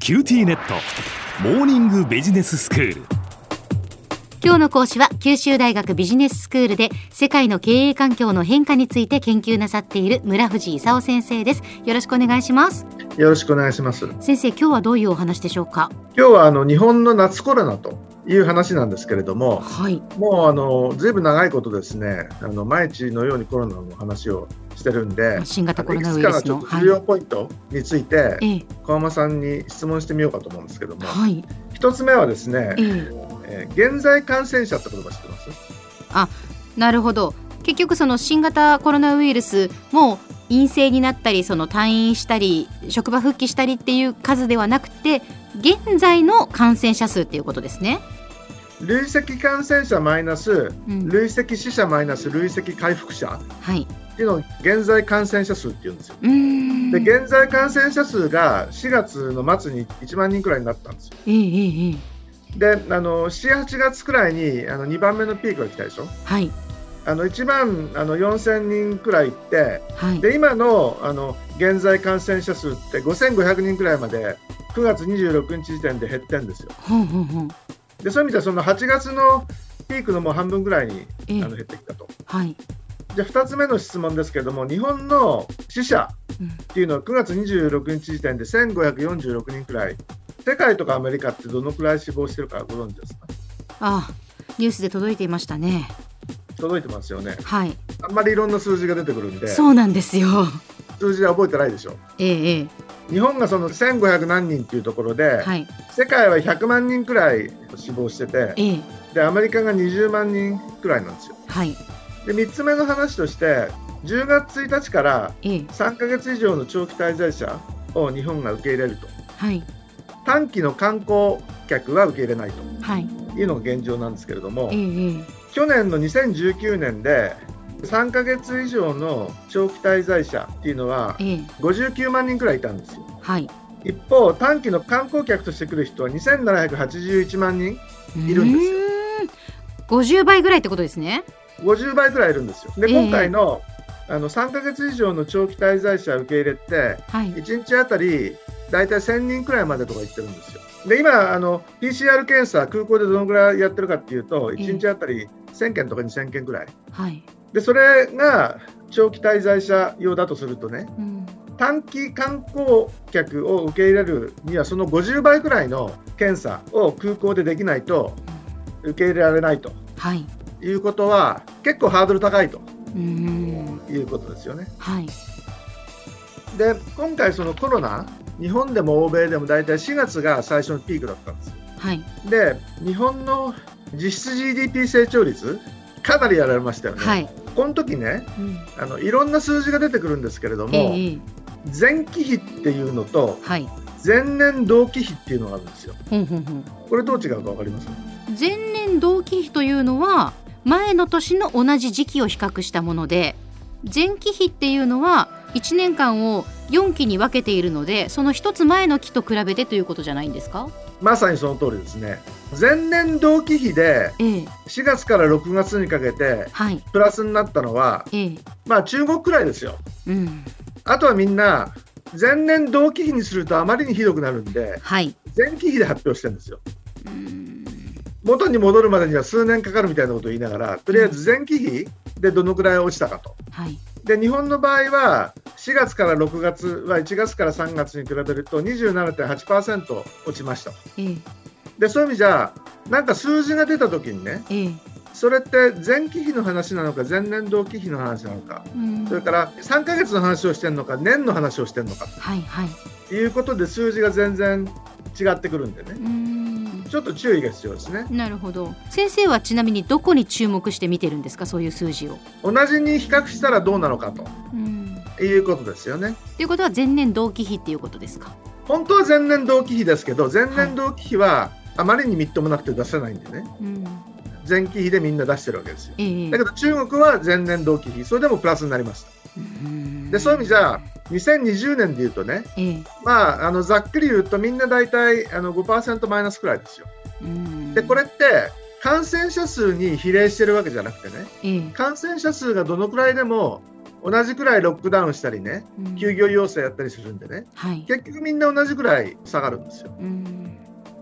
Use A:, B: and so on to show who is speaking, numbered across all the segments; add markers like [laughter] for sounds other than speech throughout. A: キューティーネットモーニングビジネススクール
B: 今日の講師は九州大学ビジネススクールで世界の経営環境の変化について研究なさっている村藤勲先生ですよろしくお願いします
C: よろしくお願いします今
B: 先生今日はどういうお話でしょうか
C: 日はあの日本の夏コロナという話なんですけれども
B: はい
C: もうあのずいぶん長いことですねあの毎日のようにコロナの話をしてるんで
B: 新型コロ
C: いく
B: ナウ
C: つ
B: イ
C: か
B: ル
C: の
B: ス
C: ちょ
B: の
C: っと
B: は
C: 重要ポイントについて
B: いええ
C: 小浜さんに質問してみようかと思うんですけども
B: はい
C: 一つ目はですね
B: え、え
C: えー現在感染者って言葉知ってます
B: なるほど結局その新型コロナウイルスも陰性になったりその退院したり職場復帰したりっていう数ではなくて現在の感染者数っていうことですね。
C: 累積感染者マイナス
B: うん、
C: 累積死者マイナス累積回復者
B: はい。
C: っていうのを現在感染者数って言うんですよ
B: うーん。
C: で現在感染者数が4月の末に1万人くらいになったんですよ。
B: ええええええ
C: であの7、8月くらいにあの2番目のピークが来たでしょ。
B: はい
C: あの1万あの4000人くらい行って
B: はい。
C: で今のあの現在感染者数って5500人くらいまで9月26日時点で減ってんですよ。
B: ほんほんほん。
C: でそういう意味ではその8月のピークのもう半分くらいに
B: え
C: あ
B: え
C: の減ってきたと。
B: はい。
C: じゃあ2つ目の質問ですけども日本の死者
B: うん
C: っていうのは9月26日時点で1546人くらい世界とかアメリカってどのくらい死亡してるかご存知ですか
B: ああニュースで届いていましたね。
C: 届いてますよね
B: はい。
C: あんまりいろんな数字が出てくるんで
B: そうなんですよ。 [laughs]
C: 数字は覚えてないでしょ
B: えええ
C: 日本がその1500何人っていうところで、
B: えはい。
C: 世界は100万人くらい死亡してて
B: ええ
C: でアメリカが20万人くらいなんですよ
B: はい。
C: で3つ目の話として10月1日から
B: ええ
C: 3ヶ月以上の長期滞在者を日本が受け入れると
B: はい
C: 短期の観光客は受け入れない
B: はい。
C: というのが現状なんですけれども
B: ええええ
C: 去年の2019年で3ヶ月以上の長期滞在者っていうのは
B: ええ
C: 59万人くらいいたんですよ
B: はい。
C: 一方短期の観光客として来る人は2781万人いるんですよ
B: 五十倍ぐらいってことですね。
C: 50倍くらいいるんですよで
B: ええ
C: 今回の,、あの3ヶ月以上の長期滞在者受け入れって
B: はい。
C: 1日あたり大体1000人くらいまでとか言ってるんですよ。で今あの PCR 検査空港でどのぐらいやってるかっていうと
B: ええ
C: 1日あたり1000件とか2000件くらい
B: はい。
C: でそれが長期滞在者用だとするとね
B: うん。
C: 短期観光客を受け入れるにはその50倍くらいの検査を空港でできないと受け入れられないと
B: はい。
C: いうことは結構ハードル高いと
B: うん。
C: いうことですよね。
B: はい。
C: で今回そのコロナ日本でも欧米でも大体4月が最初のピークだったんですよ
B: はい。
C: で日本の実質 GDP 成長率かなりやられましたよね、
B: はい。
C: この時ね
B: うん。
C: あのいろんな数字が出てくるんですけれど
B: え
C: も、
B: えええ
C: 前期比っていうのと
B: はい。
C: 前年同期比っていうのがあるんですよ
B: ほんほんほん。
C: これどう違うか分かります
B: 前年同期比というのは前の年の同じ時期を比較したもので前期比っていうのは1年間を4期に分けているのでその一つ前の期と比べてということじゃないんですか
C: まさにその通りですね前年同期比で
B: ええ
C: 4月から6月にかけて
B: はい
C: プラスになったのは
B: ええ
C: まあ中国くらいですよ
B: うん
C: あとはみんな前年同期比にするとあまりにひどくなるんで
B: はい
C: 前期比で発表してるんですよ
B: うん
C: 元に戻るまでには数年かかるみたいなことを言いながらとりあえず前期比でどのくらい落ちたかと
B: はい
C: で日本の場合は4月から6月は1月から3月に比べると27.8%落ちました
B: ええ
C: でそういう意味じゃなんか数字が出た時にね
B: ええ
C: それって前期比の話なのか前年同期比の話なのか
B: うん
C: それから3ヶ月の話をしてるのか年の話をしてるのか
B: はいはい
C: いうことで数字が全然違ってくるんでね
B: うん
C: ちょっと注意が必要ですね
B: なるほど先生はちなみにどこに注目して見てるんですかそういう数字を。
C: 同じに比較したらどうなのか
B: うん
C: ということですよね
B: ということは前年同期比っていうことですか。
C: 本当は前年同期比ですけど前年同期比はあまりにみっともなくて出せないんでね
B: うん、
C: 前期比でみんな出してるわけですよ
B: ええ
C: だけど中国は前年同期比それでもプラスになりました
B: うん
C: でそういう意味じゃ2020年でいうとね
B: ええ
C: まああのざっくり言うとみんな大体あの5%マイナスくらいですよ
B: うん
C: でこれって感染者数に比例してるわけじゃなくてね
B: ええ
C: 感染者数がどのくらいでも同じくらいロックダウンしたりね
B: うん
C: 休業要請やったりするんでね
B: はい、
C: 結局みんな同じくらい下がるんですよ
B: うん、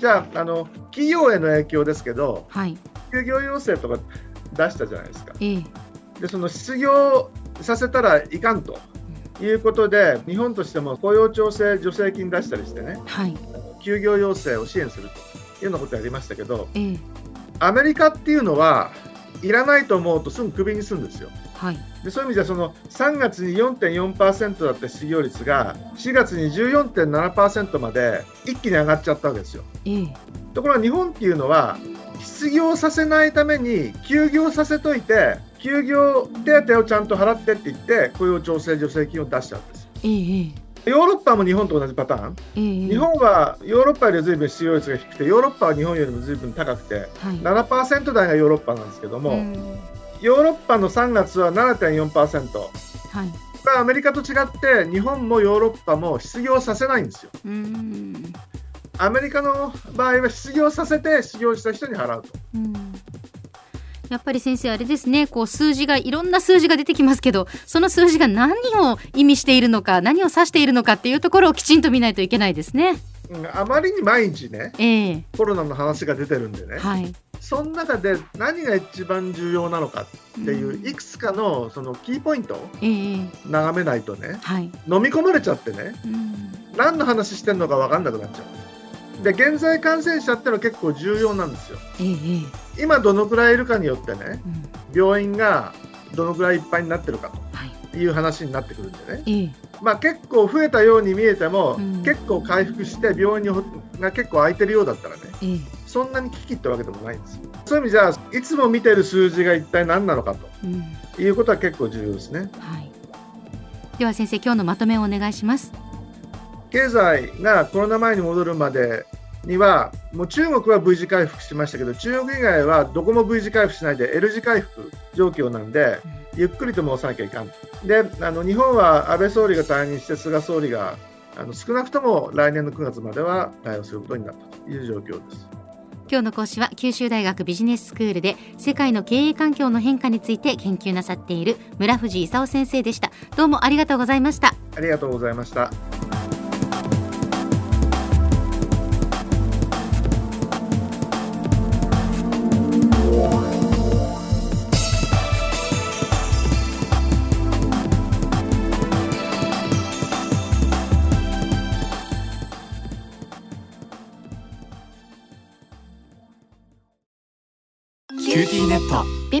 C: じゃああの企業への影響ですけど
B: はい、
C: 休業要請とか出したじゃないですか
B: ええ、
C: でその失業させたらいかんということで日本としても雇用調整助成金出したりしてね
B: はい、
C: 休業要請を支援するというようなことやりましたけど
B: ええ、
C: アメリカっていうのはいらないと思うとすぐクビにするんですよ
B: はい、
C: でそういう意味ではその3月に4.4%だった失業率が4月に14.7%まで一気に上がっちゃったわけですよ
B: ええ、
C: ところが日本っていうのは失業させないために休業させといて休業手当をちゃんと払ってって言って雇用調整助成金を出しちゃうんです
B: ええ、
C: ヨーロッパも日本と同じパターン
B: ええ、
C: 日本はヨーロッパより随分失業率が低くてヨーロッパは日本よりも随分高くて
B: はい、
C: 7%台がヨーロッパなんですけども、
B: うん
C: ヨーロッパの3月は7.4%こ
B: はい、
C: れはアメリカと違って日本もヨーロッパも失業させないんですよ
B: うん、
C: アメリカの場合は失業させて失業した人に払うと
B: うんやっぱり先生あれですねこう数字がいろんな数字が出てきますけどその数字が何を意味しているのか何を指しているのかっていうところをきちんと見ないといけないですね。
C: うんあまりに毎日ね
B: ええ
C: コロナの話が出てるんでね、
B: はい、
C: その中で何が一番重要なのかってい
B: う
C: う、
B: ん
C: いくつかのそのキーポイントを
B: ええ
C: 眺めないとね
B: はい、
C: 飲み込まれちゃってね
B: うん
C: 何の話してるのか分かんなくなっちゃうで現在感染者ってのは結構重要なんですよ
B: ええ
C: 今どのくらいいるかによってね
B: うん
C: 病院がどのくらいいっぱいになってるか
B: はい
C: という話になってくるんでね、
B: ええ
C: まあ、結構増えたように見えても、
B: うん
C: 結構回復して病院にほが結構空いてるようだったらね
B: ええ
C: そんなに危機ってわけでもないんですよそういう意味じゃあいつも見てる数字が一体何なのか
B: うん
C: ということは結構重要ですね
B: はい、では先生今日のまとめをお願いします。
C: 経済がコロナ前に戻るまでにはもう中国は V 字回復しましたけど中国以外はどこも V 字回復しないで L 字回復状況なんでゆっくりとも押さなきゃいかんであの日本は安倍総理が退任して菅総理があの少なくとも来年の9月までは対応することになったという状況です。
B: 今日の講師は九州大学ビジネススクールで世界の経営環境の変化について研究なさっている村藤勲先生でしたどうもありがとうございました
C: ありがとうございました。
D: キューティーネットビ